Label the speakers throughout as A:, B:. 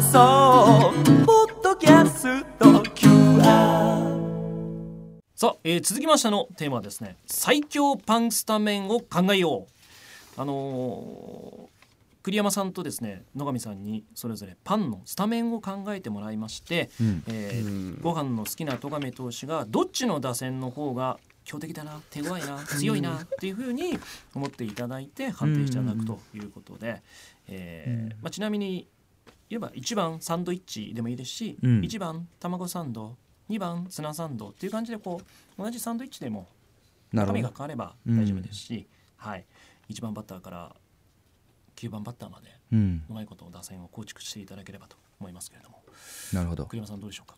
A: 送ポッドキャスト QR
B: さあ、えー続きましてのテーマはですね最強パンスタメンを考えようあのー栗山さんとですね野上さんにそれぞれパンのスタメンを考えてもらいまして、えーご飯の好きな戸上投手がどっちの打線の方が強敵だな手強いな強いなっていうふうに思っていただいて判定していただくということで、えーまあ、ちなみに言えば1番サンドイッチでもいいですし、
C: うん
B: 1番卵サンド2番ツナサンドっていう感じでこう同じサンドイッチでも
C: なるほ
B: 紙が
C: ど
B: 変われば大丈夫ですし、はい、1番バッターから9番バッターまで
C: うん
B: うまいこと打線を構築していただければと思いますけれども
C: なるほど
B: 栗山さんどうでしょうか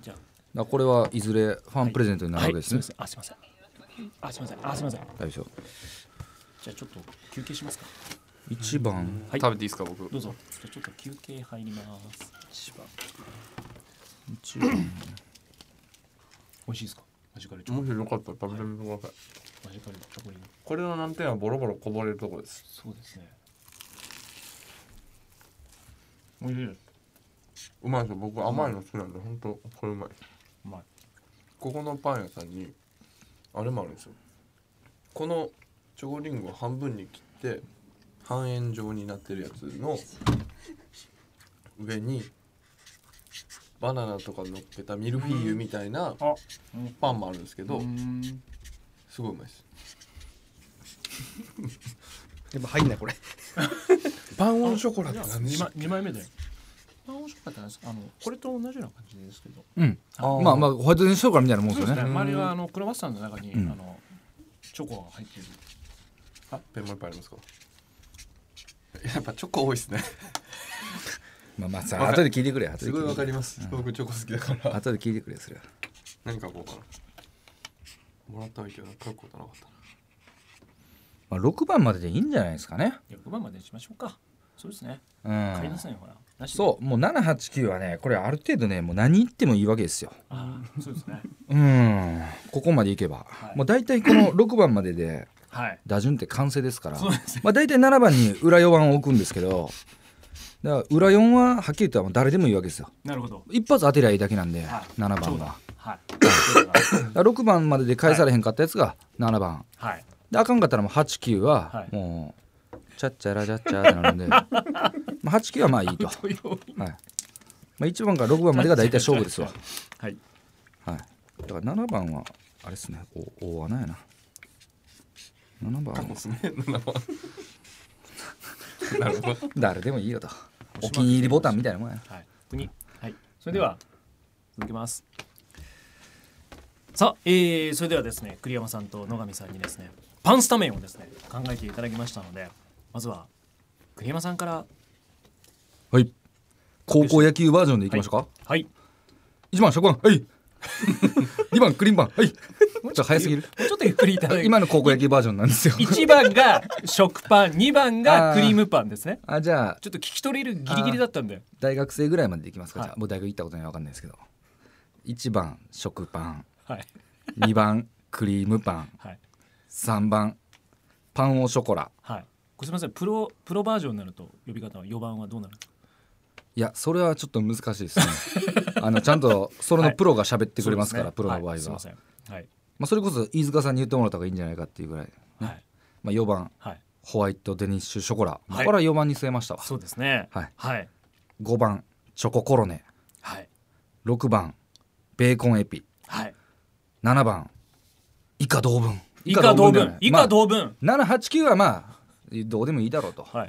B: じゃあ
C: だこれはいずれファンプレゼントになるわけですね、
B: はい、すいませんあすいませんあすいませんあすいません
C: 大丈夫
B: じゃあちょっと休憩しますか
C: 一番、
B: はい
D: 食べていいですか僕
B: どうぞじゃあちょっと休憩入ります一番
C: 一番
B: 美味しいですかマジカルチョコ
D: もしよかったら食べてみてください
B: マジカルチョコリン
D: これの難点はボロボロこぼれるところです
B: そうですね美味しいです
D: うまいですよ僕甘いの好きなんで本当これうまいう
B: まい
D: ここのパン屋さんにあれもあるんですよこのチョコリンゴを半分に切って半円状になってるやつの上にバナナとか乗っけたミルフィーユみたいな
B: あ
D: パンもあるんですけど
B: ん
D: すごいうまいです
E: でも入んないこれパンオンショコラって何で
B: 2
E: しょ
B: 枚二枚目であ面白かったですあのこれと同じような感じですけど
C: うん
D: あ
C: まあまあホワイトデンショーからみたいなもん
B: そう
C: で
B: ですす
C: よ
B: ね
C: ね
B: 周りはあのクロワッサンの中に、
C: ん
B: あのチョコが入っている
D: ペンもいっぱいありますかやっぱチョコ多いですね
C: まあまあさ後で聞いてくれ後
D: す
C: で
D: ごいわ
C: 聞い
D: か
C: て
D: り
C: くれ
D: ます僕チョコ好きだから
C: 後で聞いてくれそれは
D: 何かこうかなもらったわけど書くことなかったな
C: まあ6番まででいいんじゃないですかね
B: 6番までにしましょうかそうですね
C: う
B: 買いなんさいよほらなしで
C: そうもう789はねこれある程度ねもう何言ってもいいわけですよ
B: あーそうですね
C: うんここまでいけば、
B: い
C: もう大体 この6番までで
B: はい
C: 打順って完成ですから
B: そうです
C: まあ、大体7番に裏4番を置くんですけどだから裏4ははっきりとはもう誰でもいいわけですよ
B: なるほど
C: 一発当てりゃいいだけなんで、
B: はい
C: 7
B: ちょ
C: 番
B: うど
C: は
B: はい
C: だから6番までで返されへんかったやつが7番、
B: はい
C: であかんかったらもう89
B: は
C: はいもう、チャッチャラチャッチャーってなるんで まあ89はまあいいと、はいまあ、1番から6番までが大体勝負ですわ、
B: はい
C: はい、だから7番はあれですねお大穴やな7番は
D: ですね。7番 なるほど。
C: 誰でもいいよとお気に入りボタンみたいなもんやな
B: はい国はいそれでは続けますさあ、えー、それではですね栗山さんと野上さんにですねパンスタメンをですね考えていただきましたのでまずは栗山さんから
C: はい。高校野球バージョンでいきましょうか。
B: はい
C: 一番食パン、はい。二番クリーンパン、はい。ちょっと早すぎる。
B: もうちょっとゆっくりいただいて
C: 今の高校野球バージョンなんですよ。
B: 1番 が食パン2番がクリームパンですね
C: あ、じゃあ
B: ちょっと聞き取れるギリギリだったんで
C: 大学生ぐらいまででいきますか。
B: はい
C: じゃあもう大学行ったことにはわかんないですけど。一番食パン、
B: はい
C: 二 番クリームパン、
B: はい
C: 三番パンオショコラ。
B: はいこれすみませんプロプロバージョンになると呼び方は4番はどうなるんですか
C: いや、それはちょっと難しいですね。 あのちゃんとそれのプロが喋ってくれますから、
B: そうですね
C: プロの場合は。
B: いすみ
C: ま
B: ませんはい
C: あそれこそ飯塚さんに言ってもらった方がいいんじゃないかっていうぐらい。
B: はい
C: まあ四番
B: はい
C: ホワイトデニッシュショコラ、
B: はい
C: これは4番に据えましたわ
B: そうですね
C: はい
B: はい
C: 5番チョココロネ
B: はい
C: 6番ベーコンエピ
B: はい
C: 7番以下同文
B: 以下同
C: ではな
B: 文
C: い
B: 以下同文
C: まあ、789はまあどうでもいいだろうと、
B: はい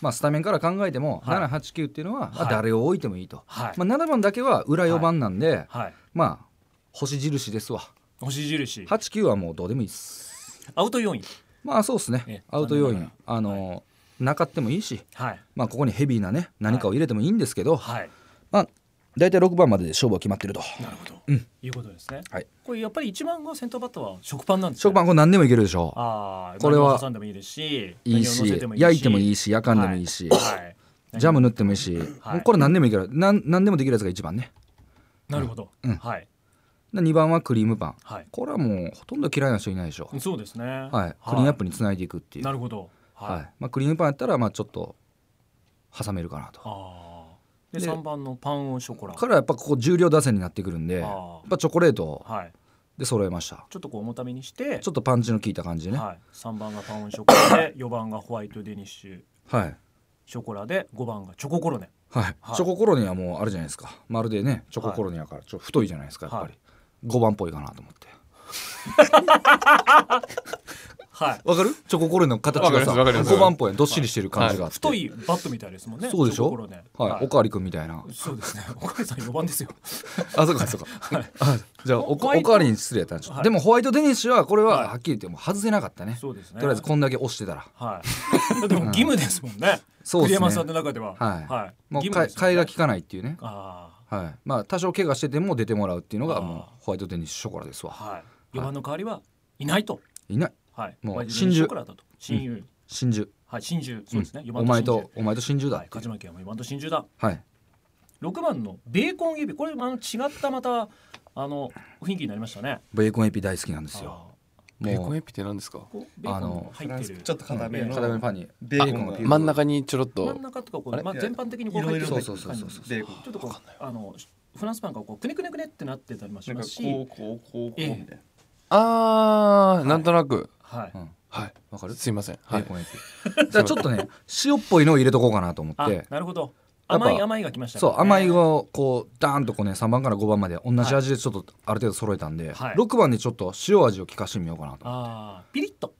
C: まあ、スタメンから考えても、
B: はい
C: 789っていうのは、まあ
B: はい
C: 誰を置いてもいいと、
B: はい
C: まあ、7番だけは裏4番なんで、
B: はい
C: まあ星印ですわ
B: 星印
C: 89はもうどうでもいいです
B: アウト要因
C: まあそうです
B: ええ
C: ねアウト要
B: 残念
C: 因
B: な
C: あの、なかってもいいし、
B: はい
C: まあ、ここにヘビーなね何かを入れてもいいんですけど、
B: はい
C: まあ、大体6番までで勝負は決まってると。
B: なるほど
C: うん
B: いうことですね
C: はい
B: これやっぱり一番が先頭バッターは食パンなんですね
C: 食パンこれ何でもいけるでしょ
B: ああ
C: これは
B: 挟んでもいいですし
C: いいし
B: 何を乗せも
C: 焼いてもいいし焼かんでもいいし
B: はい
C: ジャム塗ってもいいし、
B: はい
C: これ何でもいけるなん何でもできるやつが一番ね
B: なるほど、
C: うん
B: はい
C: 2番はクリームパン
B: はい
C: これはもうほとんど嫌いな人いないでしょ、
B: そうですね
C: はいクリーンアップにつないでいくっていう、
B: な
C: はい
B: るほどはい、
C: まあ、クリームパンやったらまあちょっと挟めるかなと
B: あで
C: で
B: 3番のパンオンショコラ。
C: からやっぱここ重量打線になってくるん
B: あ
C: でや
B: ー
C: っぱチョコレート
B: はい。
C: で揃えました
B: ちょっとこう重ためにして、
C: ちょっとパンチの効いた感じでねは
B: はい。三番がパンオンショコラで、四番がホワイトデニッシュ
C: い
B: ショコラで、五番がチョココロネ。
C: はい
B: はい
C: チョココロニはもうあるじゃないですかまるでねチョココロニやからちょっと太いじゃないですかやっぱり
B: は
C: 5番っぽいかなと思って
B: はい。
C: わかるチョココロニの形
D: わか
C: が
D: り
C: さ
D: ますわかります
C: 5番っぽいどっしりしてる感じがあって
B: 太いバットみたいですもんね。
C: そうでし
B: チョココ
C: ょ
B: ロネ
C: はいおかわりくんみたいな
B: そうですね。 おかえりさん四番ですよ。
C: あそうかそうかあじゃあおお
B: ホワイト
C: かわりに失礼やったんちょっ
B: は
C: と
B: い
C: でもホワイトデニッシュはこれ
B: はい
C: ははっきり言ってもう外せなかったねと
B: そうですね。
C: りあえずこんだけ押してたら
B: はい。 だってもう義務ですもんね。
C: そう
B: 栗
C: ですね
B: 山さんの中では。
C: はいもう
B: 義務
C: か
B: で
C: い
B: す
C: 替えが
B: き。
C: 利かないっていうね
B: あ
C: はい、まあ多少怪我してても出てもらうっていうの
B: あ
C: が
B: ー
C: もうホワイトデニッシュショコラです
B: あ。
C: わ
B: はい。四番の代わりはいないと。
C: いない
B: はい。
C: もう
B: ワイルド
C: 真珠
B: ショコラだと。親友。
C: 真珠
B: はい。真珠。そうですね。
C: う
B: 四
C: ん
B: 番
C: お
B: の
C: 前
B: 真珠
C: とお前と真珠だ
B: はい。
C: ってい
B: 勝
C: う
B: ち負けはもう4番と真珠だ。
C: はい、
B: 六番のベーコンエビ。これあの違ったまたあの雰囲気になりましたね。
C: ベーコンエピ大好きなんですよ
D: ベーコ
C: も
D: ン
C: う
D: エピって何ですか
B: こうベーコン
C: あの
B: 入ってる。
E: ちょっと固めの
C: 片目パンに
E: ベーコンが
C: ベ
E: ま
D: 真ん中にちょろっ
B: 真
D: と
B: ん中とかこ
D: あ
B: う
D: れ
B: まあ全般的にこう入ってる
C: そうそうそうそうそう
E: ベーコン
B: ちょっとこうあのフランスパンがこうくねくねくねってなってたりもし
E: なん
B: ま
E: か
B: すし、
E: こうこうこうこうみたいな
D: あーなんとなく
B: はい。
C: うん
D: はい
C: わかる
D: すいません
C: ベ
D: はい
C: ーコンエピ、だからちょっとね塩っぽいのを入れとこうかなと思っ
B: あ
C: て
B: なるほど。
C: やっぱ
B: 甘い甘いが来ましたね、
C: そう甘いをこうダーンとこうね3番から5番まで同じ味でちょっとある程度揃えたんで、
B: はい
C: 6番でちょっと塩味を効かしてみようかなと
B: ああピリッと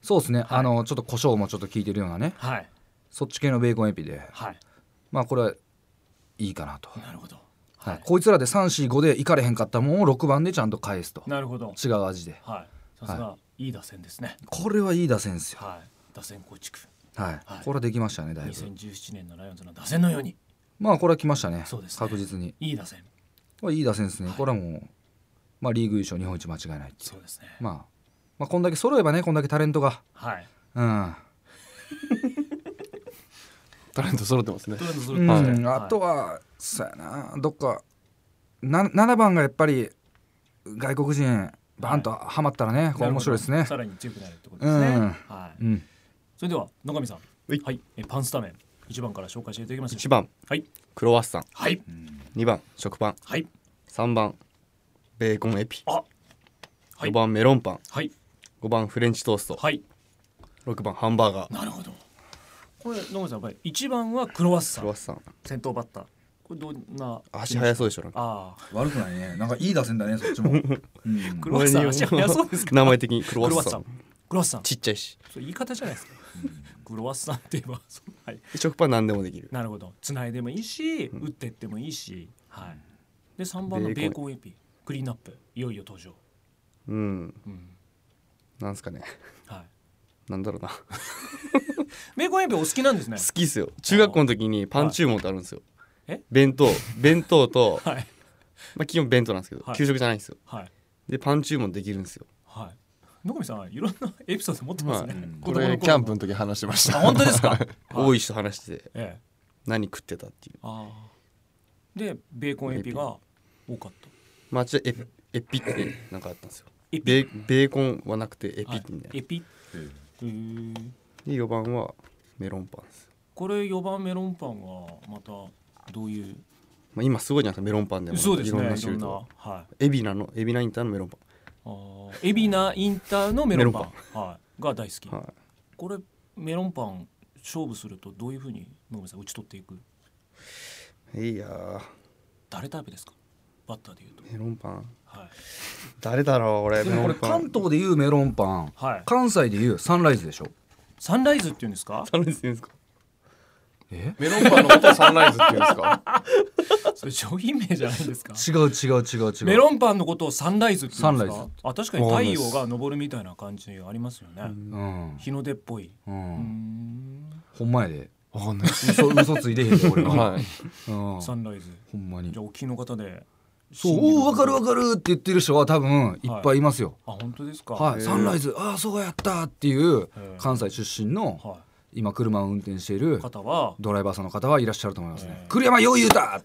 C: そうですね、
B: はい
C: あのちょっと胡椒もちょっと効いてるようなね
B: はい
C: そっち系のベーコンエピで
B: はい
C: まあこれはいいかなと、
B: なるほど
C: は
B: はいい、
C: こいつらで345で行かれへんかったもんを6番でちゃんと返すと
B: なるほど
C: 違う味で
B: はいさすがいい打線ですね
C: これはいい打線ですよ
B: はい打線構築
C: はい、
B: はい
C: これはできましたねだいぶ
B: 2017年のライオンズの打線のように
C: まあこれは来ましたね
B: そうですね
C: 確実に
B: いい打線
C: これいい打線ですね、これはもう、まあ、リーグ優勝日本一間違いないっていう
B: そうですね
C: まあ、まあこんだけ揃えばねこんだけタレントが
B: はい
C: うん
D: タレント揃ってますね
B: とりあえずそれ
C: うん、
D: はい
C: あとはそうやなどっかな7番がやっぱり外国人バンとはまったらね、これ面白いですね
B: さらに強くなるってことですね、
C: うん
B: はい
C: うん
B: それでは野上さん
F: はい
B: はいえパンスタメン一番から紹介していただきます
F: 1番
B: はい
F: クロワッサン
B: はい
F: 2番食パン
B: はい
F: 3番ベーコンエピ
B: あはい
F: 4番メロンパン
B: はい
F: 5番フレンチトースト
B: はい
F: 6番ハンバーガー
B: なるほどこれ野上さんやっぱり一番はクロワッサ
F: クロ
B: ン
F: ワッサン
B: 先頭バッターこれどんな
F: 足速そうでしょなんか
B: あ
C: 悪くないねなんかいい打線だねそっちも、 うん
B: あ、クロワッサン足速そうですか。
F: 名前的にクロワ
B: クロ
F: ッ
B: ワッ
F: サ
B: サ
F: ン
B: ン。クロワッサン。
F: ちっちゃいし
B: そう言い方じゃないですか。クロワッサンって言えば、そうはい。
F: 食パン何でもできる
B: なるほど。繋いでもいいし、打ってってもいいし、はい。で三番のベ
F: ベ
B: ー
F: ー
B: コンエピ、クリーンアップ、いよいよ登場。
F: うん
B: うん。
F: なんすかね
B: はい。
F: なんだろうな好
B: ベーコンエピお好きなんですね。
F: きっすよ中学校の時にパン注文ってあるんですよ
B: え
F: 弁当弁当と
B: はい
F: まあ基本弁当なんですけど
B: はい
F: 給食じゃないんですよ
B: はい
F: でパン注文できるんですよ
B: はい。野上さんいろんなエピソード持ってますね
F: は。
B: 子供
D: こ
B: の頃
D: れ
B: の
D: キャンプの時話してまし
B: あ
D: た
B: 本当ですか。
F: 多い人話してて
B: ええ。
F: 何食ってたっていう
B: ああ。でベーコンエピが多かった。
F: まあちょっとエピエピってなんかあったんですよ
B: エ
F: ベ
B: ピ
F: ーベーコンはなくてエ
B: は
F: ピ
B: い
F: ってみたいな
B: エピ。へー
F: で4番はメロンパンです、
B: これ4番メロンパンはまたどういう
F: まあ、今すごいじゃないですかメロンパンでもいろんな種類と
B: はい
F: エビナのエビナインターのメロンパ
B: あーエビナインターのメロンパン
F: メロ
B: はい、が大好き、
F: ン、はい、
B: これメロンパン勝負するとどういうふうに野上さん打ち取っていく
F: いやー
B: 誰タイプですかバッターでいうと
F: メロンパン
B: はい、
F: 誰だろう俺
C: で
F: メ
C: もこ
F: ロ
C: れ
F: ンパ
C: 関
F: ン
C: 東でいうメロンパン
B: はい、
C: 関西でいうサンライズでしょ
B: サンライズっていうんですか
F: 楽しいですか
C: え
D: メロンパンのことをサンライズって言うんですか
B: それ商品名じゃないん ですか
C: 違う違う違う違う
B: メロンパンのことをサンライズって言うんです
C: サンラ
B: か
C: イ
B: あ確かに太陽が昇るみたいな感じありますよね、
C: うん、
B: 日の出っぽい、
C: う、
B: うんん、
C: ほんまやで
D: わかんないです
C: 嘘嘘ついてへんで俺は、
D: はい
C: うん、
B: サンライズ
C: ほんまに
B: じゃあ沖の方で
C: そうおお分かる分かるって言ってる人は多分いっぱいいますよ、
B: あ本当ですか
C: はい
B: へー
C: サンライズああそうやったっていう
B: へー
C: 関西出身の
B: は
C: 今車を運転している
B: 方は
C: ドライバーさんの方はいらっしゃると思いますね。
B: えー
C: 栗山よう言うた、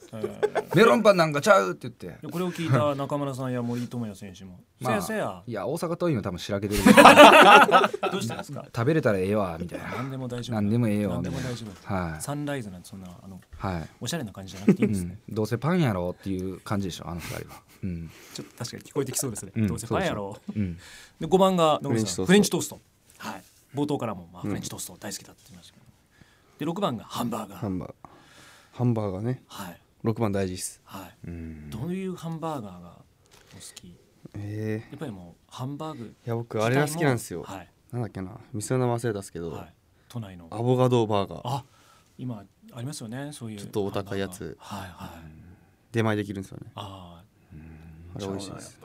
C: メロンパンなんかちゃうって 言って。
B: でこれを聞いた中村さんや森友哉選手も「せ
C: まあ
B: やせや
C: いや大阪桐蔭は多分しらけてる んで食
B: どうしたんで すか?」
C: べれたらええわみた いな
B: 何でも大丈夫
C: 何でもええよ
B: 何
C: み
B: で
C: た
B: も
C: いな
B: 大丈夫
C: はい
B: サンライズなんてそんなあの
C: はい、
B: おしゃれな感じじゃなくていいん
C: う
B: ですね
C: ん、どうせパンやろっていう感じでしょあの二人は、うん
B: ちょっと確かに聞こえてきそうですね、
C: うん
B: どうせパンやろう
C: うん、
B: で5番が野上さんフ
F: フ
B: レ
F: レ
B: ン
F: ン
B: チ
F: チ
B: トーストはい冒頭からも、まあフレンチトースト大好きだって言いましたけどで6番がハンバーガ
F: ハ
B: ー
F: ンバーガーハンバーガーね
B: はい
F: 6番大事です
B: はい、
C: うん
B: どういうハンバーガーがお好きや
F: ええ
B: っぱりもうハンバーグ
F: いや僕あれが好きなんですよ、
B: はい、
F: なんだっけな店の名前忘れたんですけど、
B: はい、都内の
F: アボガドバーガー
B: あ今ありますよねそういう
F: ちょっとお高いやつ
B: ハンバーガーはいはい
F: 出前できるんですよね
B: あ
F: あれ美味しいです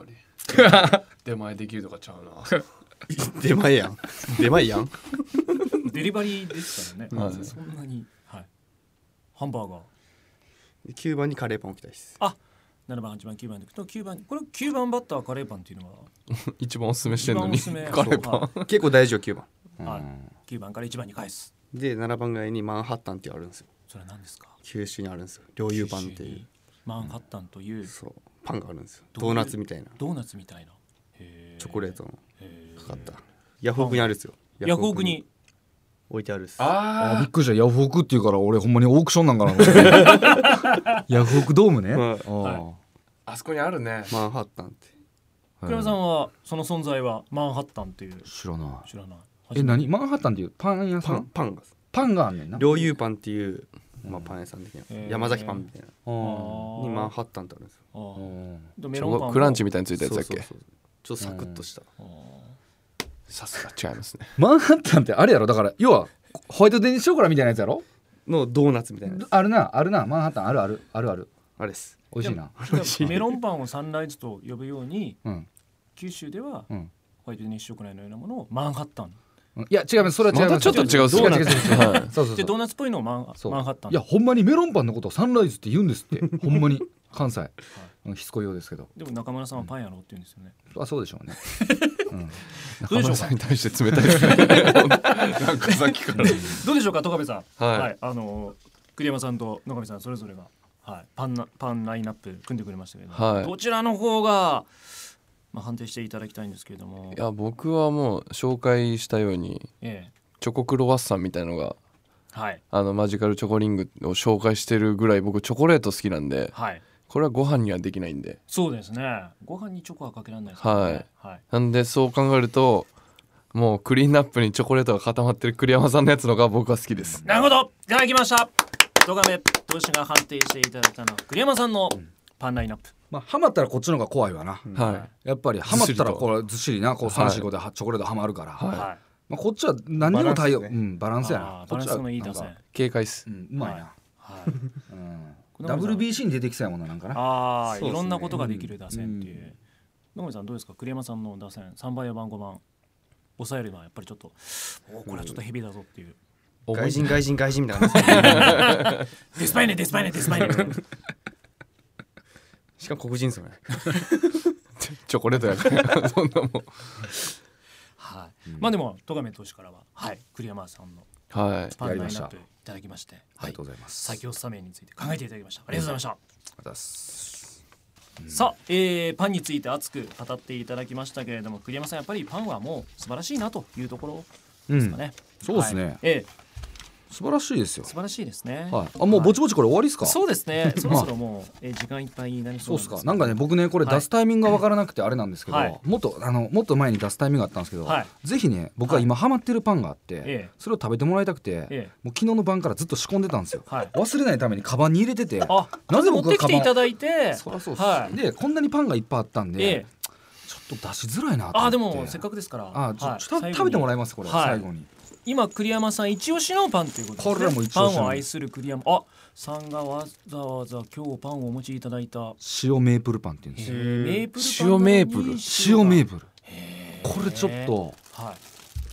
D: ちゃうなやっぱり出前できるとかちゃうな
F: 出前やん出前やん
B: ーデリバリーです からね、
D: はい
B: そんなに、はい、ハンバーガー
F: 9番にカレーパン置きたいです
B: あ7番8番9番でいくと9番これ9番バッターカレーパンっていうのは
D: 一番おすすめして
B: 一
D: る
B: 番
D: の
B: お
D: に
B: すすめ
D: カレーパン
F: 結構大事よ9番
B: ン、はい9番から1番に返す
F: で7番ぐらいにマンハッタンっていうのあるんですよ
B: それは何ですか
F: 九州にあるんですよ両油パンっ
B: 九
F: て
B: 州
F: いう
B: にマンハッタンという
F: そうパンがあるんですよ
B: どうい
F: ド
B: う
F: ーナツみたいな
B: ドーナツみたいなへ
F: チョコレートの
B: へ
F: かかったヤフオクにあるんですよ
B: ーヤフオクに
F: 置いてあるっす
C: あび
D: あ
C: っくりしたヤフオクっていうから俺ほんまにオークションなんかなと思ってヤフオクドームね、
F: はい
C: あー
B: は
D: ああそこにあるね
F: マンハッタンって
C: はい
B: 倉山さんはその存在はマンハッタンっていう
C: 知らない
B: 知らない
C: え何マンハッタンっていうパン屋さ
F: パン
C: ん
F: パンが
C: パンがあんねんな
F: 両油パンっていう、まあ、パン屋さん的な、
B: うん
F: 山崎パンみたいな
C: あ
B: あ
C: ー
B: ー
F: にマンハッタンってあるんですよ
B: あー
C: うん
B: でメロンパンも
D: クランチみたいについたやつだっ
F: そう
D: け
F: そうそうちょっとサクッとした、
B: あー
D: さすが違いますね
C: マンハッタンってあれやろだから要はホワイトデニッショコラみたいなやつやろ
F: のドーナツみたいなやつ
C: あるなあるなマンハッタンあるあるあるある
F: あれです
C: 美味しいな
B: でもメロンパンをサンライズと呼ぶように
C: うん
B: 九州では
C: うん
B: ホワイトデニッシュ食内のようなものをマンハッタン
C: うんいや違いますそれは違い
D: ま
C: ま
D: た
C: す
D: ちょっと違うっす
C: 違う
D: ね
C: 違う違う違う
D: は
C: そうそう
B: で
C: そ
B: ドー
C: う
B: ナツっぽいのをマン
C: そう
B: マンハッタン
C: いやほんまにメロンパンのことをサンライズって言うんですってほんまに関西うんしつこいようですけど
B: でも中村さんはパンやろうって言うんですよね
C: あそうでしょうね
B: どうでしょうか
D: 浜田さんに対して冷たいですねなんかさっきから
B: どうでしょうか、戸上さん。は、
D: はいい
B: あの栗山さんと野上さんそれぞれが、はい、パンなパンラインナップ組んでくれましたけど、
D: はい
B: どちらの方がまあ判定していただきたいんですけれども
D: い、や僕はもう紹介したように
B: ええ、
D: チョコクロワッサンみたいのが
B: はい
D: あのマジカルチョコリングを紹介してるぐらい僕チョコレート好きなんで
B: はい、
D: これはご飯にはできないんで
B: そうですね。ご飯にチョコはかけられないですからね。はい、
D: なんでそう考えるともうクリーンナップにチョコレートが固まってる栗山さんのやつのが僕は好きです
B: なるほど、いただきました。戸上投手が判定していただいたのは栗山さんのパンラインナップ。
C: まあハマったらこっちの方が怖いわな
D: は
C: やっぱりハマったら
D: ずっしりと
C: これずっしりなこう三四五ではチョコレートハマるから
D: はい
B: はい、
C: まあこっちは何にも対応
F: バランスで
C: う
F: すね
C: んバランスや
B: あ
C: な
B: ーバ
C: こっ
B: ラン
C: ち
B: ス
C: は
B: のいい
C: な
B: 打
C: んか
B: 線。
D: い警戒っす
C: うんうまいな
B: はい、
C: うん
B: こんなもんじゃない
C: WBC に出てきそうやもんななんかな
B: ああ、
F: そうですね
B: いろんなことができる打線っていう。
C: うん
B: 野上さんどうですか栗山さんの打線3番4番5番抑えるのはやっぱりちょっとおーこれはちょっとヘビだぞっていう、
F: 外人外人外人みたいな感じですね
B: デスパイネデスパイネデス パイネ
F: しかも黒人ですよね
D: チョコレートやからそんなもん
B: はい、まあでも戸上投手からは、はい、栗山さんの
D: はい
B: パン
C: や
B: ラ
C: り
B: イ
C: ま
B: ン
C: し
B: ナッ
C: た
B: プいただきまして
C: ありがとうございます
B: 先をスタメンについて考えていただきましたありがとうございました、
C: ありがとうございます
B: さあ、えーパンについて熱く語っていただきましたけれども栗山さんやっぱりパンはもう素晴らしいなというところですかね、
C: そうですね
B: はいええ
C: 素晴らしいですよ
B: 素晴らしいですね、
C: はいあもうぼちぼちこれ終わりですか
B: そうです ね。そろそろもう、えー時間いっぱいになりそ
C: そうう
B: なん
C: っ
B: です
C: すか
B: けど
C: なんかね僕ねこれ
B: はい
C: 出すタイミングがわからなくてあれなんですけど、
B: はい
C: もっとあのもっと前に出すタイミングがあったんですけど、
B: はい
C: ぜひね僕は今ハマってるパンがあって、
B: ええ
C: それを食べてもらいたくて、
B: え
C: もう昨日の晩からずっと仕込んでたんですよ、
B: はい
C: 忘れないためにカバンに入れてて
B: あ、な
C: な
B: ぜ
C: ぜ
B: 持っ
C: 僕
B: て
C: が
B: き
C: カ
B: てい
C: バ
B: た
C: ン
B: だいて、
C: そりゃそうっす、
B: はい。
C: でこんなにパンがいっぱいあったんで、
B: ええ
C: ちょっと出しづらいなと思って
B: あ、でもせっか
C: く
B: くですから。
C: あちょ
B: はい
C: ちょっと食べても
B: い
C: らえますこれ、
B: はい
C: 最後に
B: 今栗山さん一押しのパンということです、ね。
C: これはもう一
B: パ
C: 押し
B: ン
C: の
B: を愛する栗山。あ、さんがわざわざ今日パンをお持ちいただいた。
C: 塩メープルパンっていうんですよ
B: メープルパン
D: 塩メープル
B: に
C: 塩メー
B: プ
C: プルこれちょっと
B: ル。は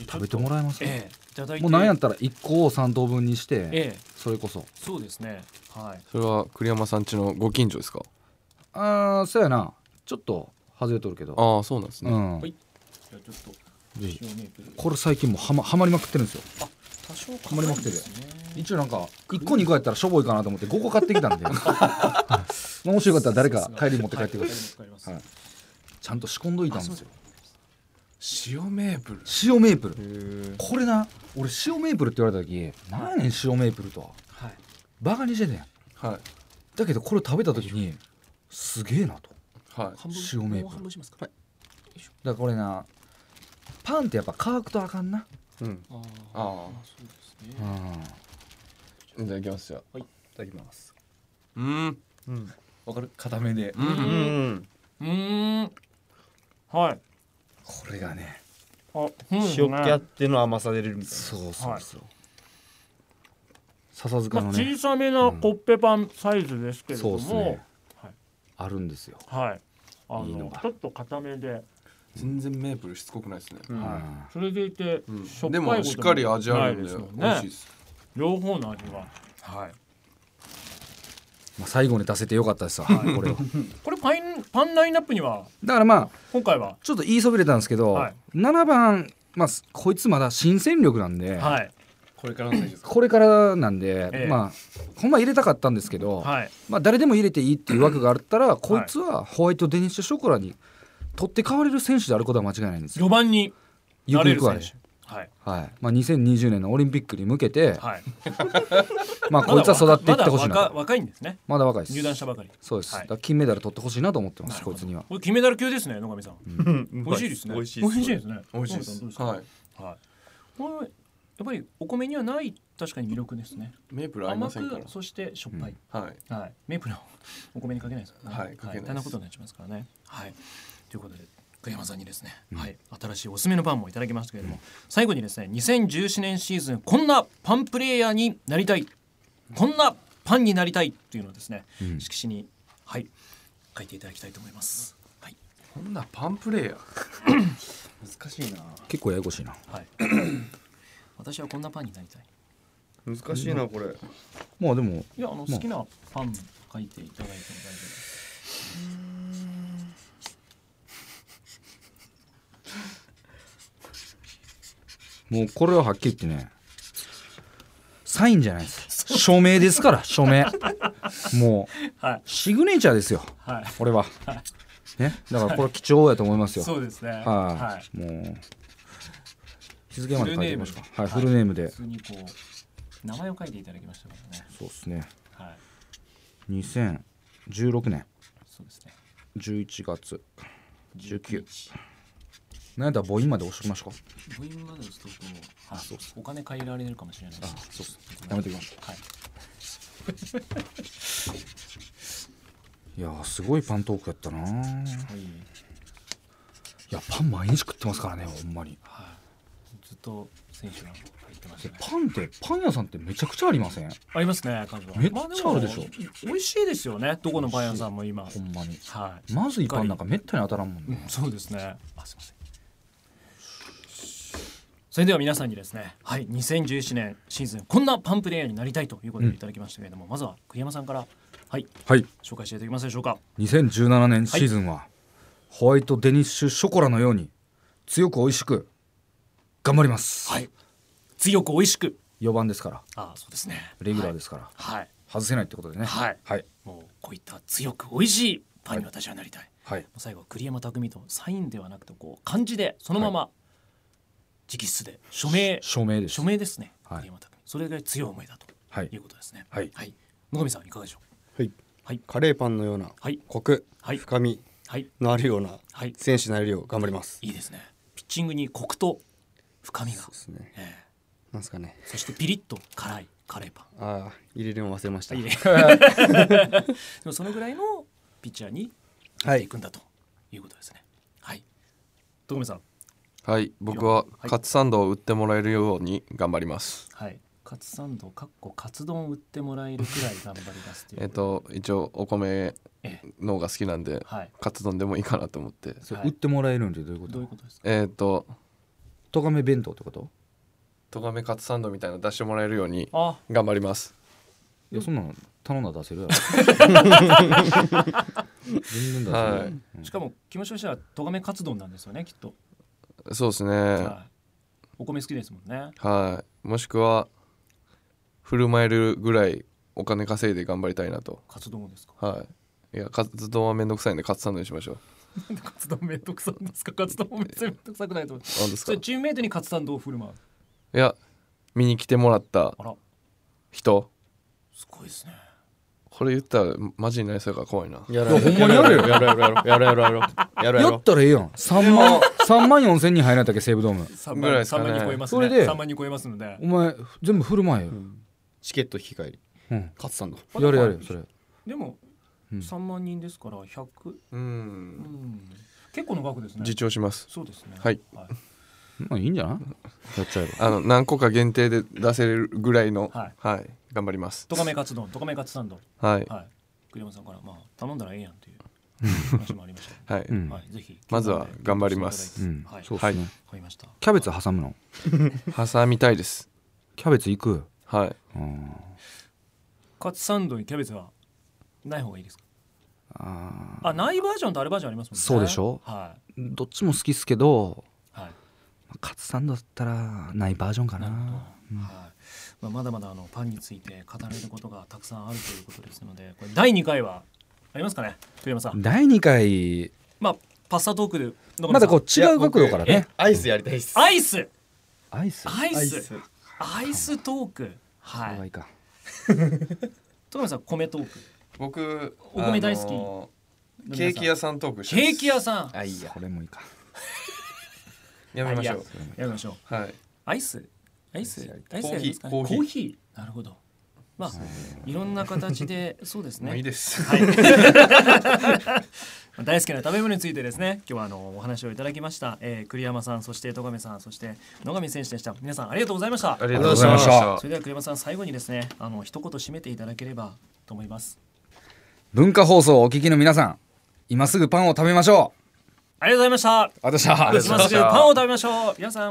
B: い。
C: 食べてもらえます、
B: ええ、いただいて。
C: もうなんやったら1個を3等分にして、
B: ええ、
C: それこそ
B: そうですね。はい。
D: それは栗山さん家のご近所ですか
C: ああそうやなちょっと外れとるけど
D: ああそうなんです
C: う
D: ね
C: ん
B: はいじゃあちょっと
C: ぜひ
B: 塩メープル。
C: これ最近もうはまはまりまくってるんですよ
B: 多少
C: あんまりなくて一応なんか1個2個やったらしょぼいかなと思って5個買ってきた んではいもしよかったら誰か帰り持って帰って
B: はい帰り持
C: くださ
B: って帰ります
C: い、はい、ちゃんと仕込んどいたんですよ
D: 塩メープル
C: 塩メープルこれな俺塩メープルって言われた時何やねん塩メープルとは、
B: はい
C: バカにしてんねん
D: はい
C: だけどこれ食べた時にすげえなと
D: は
B: 半分
C: 塩メープル
B: もう半分しますか、はい、
C: だからこれなパンってやっぱ乾くとあかんな
F: うん。
B: あー
D: あー
B: まそうです
C: う
B: ね
C: ん
D: いいただきますよ
E: いただきます
D: うん
F: うん。
E: わかる固めで
D: う
F: うんん。
B: うーんはい
C: これがね
B: あ、
F: 塩気あっての甘さ出れるみたい
C: そうそうそう、笹塚の
B: 小
C: ね
B: さめなコッペパンサイズですけれ
C: そう
B: ど
C: っす
B: も、
C: ね、
B: はい
C: あるんですよ、
B: はいあの
C: いいのが
B: ちょっと固めで
D: 全然メープルしつこくないですね、
F: うん
C: は
B: それでいて、
D: うん
B: しょっぱ
D: で
B: いこと
D: もしっかり味あるん
B: ない
D: で
B: ですもん
D: 美味しい
B: ね
D: です
B: 両方の味がはい
C: いまあ、最後に出せてよかったですわ、はい、これを
B: これパインパンラインナップには
C: だからまあ
B: 今回は
C: ちょっと言いそびれたんですけど、
B: はい
C: 7番、まあ、すこいつまだ新戦力なんで、
B: はい
D: これからの選手
C: これからなんで、
B: ええ
C: まあほんま入れたかったんですけど、
B: はい
C: まあ、誰でも入れていいっていう枠があったら、こいつはホワイトデニッシュショコラに取って代われる選手であることは間違いないんですよ。
B: 四番に
C: ゆ
B: な
C: く
B: れ
C: ゆ
B: る
C: くは
B: 選
C: ね
B: 手。はい
C: はいまあ、2020年のオリンピックに向けて、
B: はい
C: まあ、こいつは育っていってほしいな
B: ま
C: と
B: だ若若いんですね
C: まだ若いです
B: 入団したばかり
C: そうです、
B: はい
C: だから金メダル取ってほしいなと思ってますこいつには
B: これ金メダル級ですね野上さん
F: な。うん
B: 美味しいですね
F: 美味しい。
B: 美味しいですね
D: 美味しいです
B: は
D: はいい
B: はいこれやっぱりお米にはない確かに魅力ですね
D: メープル合い
B: 甘
D: ませんか
B: くそしてしょっぱい
D: らはい
B: はい、メープルはお米にかけないですからね。
D: はいかけないです
B: 大変なことになっちゃいますからね。はい、ということで栗山さんにですね、はい、新しいおすすめのパンもいただきましたけれども、最後にですね2014年シーズンこんなパンプレイヤーになりたいこんなパンになりたいっていうのをですね、
C: ん
B: 色紙に、はい、書いていただきたいと思います。はい
D: こんなパンプレー ヤー
E: 難しいな
C: 結構ややこしいな
B: はい、 私はこんなパンになりたい。
F: 難しいなこれ。
C: まあでも
B: いやあの
C: まあ
B: 好きなパン書いていただいても大丈夫です。
C: もうこれははっきり言ってねサインじゃないです署名ですから署名もう
B: はい
C: シグネチャーですよ
B: はい。
C: これはねだからこれ貴重やと思いますよ
B: そうですね。。
C: はいいもう日付まで書いてみましょうかはいフルネームで
B: 普通にこう名前を書いていただきましたからね。
C: そうですね
B: はい。
C: 2016年
B: そうですね。
C: 11月19なんやったら母音まで押しときましょうか
B: 部員までちょっとこう、はい、お金借りられるかもしれないし。
C: そうっすやめておきましょ
B: はい。
C: ういやーすごいパントークやったなー
B: はい。
C: いやパン毎日食ってますからねほんまに
B: はい。ずっと選手が入ってまし
C: で
B: たね。
C: パンってパン屋さんってめちゃくちゃありませ
B: あ
C: ん
B: りますね、感じは。
C: めっちゃあるでしょ
B: まあも美味しいですよね。どこのパン屋さんも今。
C: ほんまに
B: はい。
C: まずいパンなんかめったに当たらんもんね
B: そうですね。あ、すみません。それでは皆さんにですね、はい、2017年シーズンこんなパンプレイヤーになりたいということでいただきましたけれども、まずは栗山さんから、はい、
C: はい
B: 紹介していただけますでしょうか。
C: 2017年シーズンは、ホワイトデニッシュショコラのように強く美味しく頑張ります、
B: はい、強く美味しく。
C: 4番ですから
B: あ、そうですね。
C: レギュラーですから、
B: はい、
C: 外せないってことでね
B: はい
C: はい、
B: もうこういった強く美味しいパンに私はなりたい。
C: はい
B: もう最後は栗山匠とサインではなくてこう漢字でそのまま直筆で署名
C: 署名です
B: 署名ですね。
C: はい
B: 栗山匠、それぐらい強い思いだと
C: はい
B: いうことですね。
C: はい
B: はい、野上さんいかがでしょう。
F: はい。
B: はい、
F: カレーパンのような
B: はい
F: コク、
B: はい
F: 深み
B: はい、
F: のあるような
B: はい
F: 選手になれるよう頑張ります。
B: いいですね。ピッチングにコクと深みが、
F: そうですね。
B: え
F: なんですかね
B: え。そしてピリッと辛いカレーパン。
F: ああ入れるの忘れました。
B: いい ねでもそのぐらいのピッチャーにな
F: は
B: ってい
F: い。
B: くんだということですね。はい。徳光さん、
D: はい僕はカツサンドを売ってもらえるように頑張ります
B: はい。カツサンドかっこカツ丼売ってもらえるくらい頑張りますっていう。
D: えっと一応お米
B: ええ
D: の方が好きなんで
B: はい。
D: カツ丼でもいいかなと思って
C: それ
B: はい
C: 売ってもらえるんでどういうこと
B: どういうことですか。
D: えっと
C: とがめ弁当ってこと
D: とがめカツサンドみたいなの出してもらえるように
B: あ、
D: 頑張ります
C: いやそんなの頼んだら出せるやろ 全然出せる、
D: は
B: しかも気持ちとしてはとがめカツ丼なんですよねきっと。
D: いそうですね
B: はい。お米好きですもんね。
D: はいもしくは振る舞えるぐらいお金稼いで頑張りたいなと
B: カツ丼ですか。
D: はいいやカツ丼はめんどくさいんでカツサンドにしましょう
B: カツ丼めんどくさいんですか。カツ丼めっちゃめんどくさくないと思う。
D: 何です
B: そ
D: か
B: れ
D: い
B: チームメイトにカツ丼を振る舞う。
D: や見に来てもらった
B: あら、
D: 人
B: すごいですね。
D: これ言ったらマジになりそうやから怖いな
F: や
C: いやほんまにやるよ
F: やろうやろうやろうやろうやろうやろうや
C: や
F: ろ
C: っ
F: う
C: たらええやん3万3万4千人入られたっけ西武ドーム
B: 三
D: ぐらい
B: 万
D: ですか
B: 三万人
D: ね
B: 超えます
C: それ
B: ね。
C: で
B: 三万人超えますので
C: お。前全部振る舞えよ、
F: チケット引き換えり
C: うん
F: 勝さんの
C: やれやれそれ
B: でも
C: うん
B: 三万人ですから百。
D: う
B: うんん。結構の額ですね。
D: 自重します
B: そうですね。
D: はい。
C: まあいいんじゃないやっちゃえば
D: あの何個か限定で出せるぐらいの
B: はい
D: 頑張ります
B: トカメカツ丼、トカメカツサンド。
D: はい
B: はい。栗山さんからまあ頼んだらええやんっていう話もありましたね。
D: はい、
C: うん
B: はい、ぜひ。
D: まずは頑張ります
C: うん
B: はい。
C: そう
B: わ
C: っすね、
B: かりました。
C: キャベツ挟むの
D: 挟みたいです
C: キャベツいく
D: はい
C: うん
B: カツサンドにキャベツはない方がいいですか。
C: あ
B: あ、ないバージョンとあるバージョンありますもんね。
C: そうでしょ
B: は
C: ーどっちも好きっすけど
B: い。はい。
C: カツサンドだったらないバージョンかな
B: なるほど。はい。まあ、まだまだあのパンについて語れることがたくさんあるということですので、これ第二回はありますかね、鳥山さん。
C: 第2回
B: まあパスタトークで野上さん
C: まだこう違う角度からね
F: アイスやりたいっす
B: アイス、
C: アイス
B: アイ
F: アイ
B: ス
F: ス、
B: アイストーク。
C: こ
B: は
C: れはい
B: い。
C: いか
B: 鳥山さん米トーク。
D: 僕
B: お米大好き
D: あのーケーキ屋さんトークし
B: ケ
D: ます
B: ーキ屋さん。
F: あいいや
C: これもいいか
D: やめましょ
B: あ
D: う
B: やりましょう。
D: はい
B: アイスアイスアイス
D: コーヒー
B: やりますかね
D: コーヒー
B: コーヒーなるほどまあいろんな形でそうです
D: もういい
B: ね
D: です
B: はい大好きな食べ物についてですね今日はあのお話をいただきました、えー、栗山さんそして戸上さんそして野上選手でした皆さんありがとうございました
D: あり
C: がとうございました
B: それでは栗山さん最後にですねあの一言締めていただければと思います
C: 文化放送をお聞きの皆さん今すぐパンを食べましょう
B: ありがとうございました
C: ありがとうございまし
B: 今すぐパンを食べましょう皆さん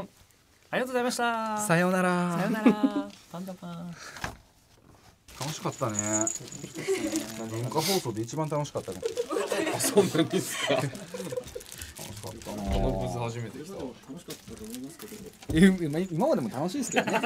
B: ありがとうございました
C: た
B: さ
C: さようなら
B: ようならパンダパン
C: 楽しかったね文化放送で一番楽しかったかも
D: このブース初めて来た
F: 今までも楽しいですけどね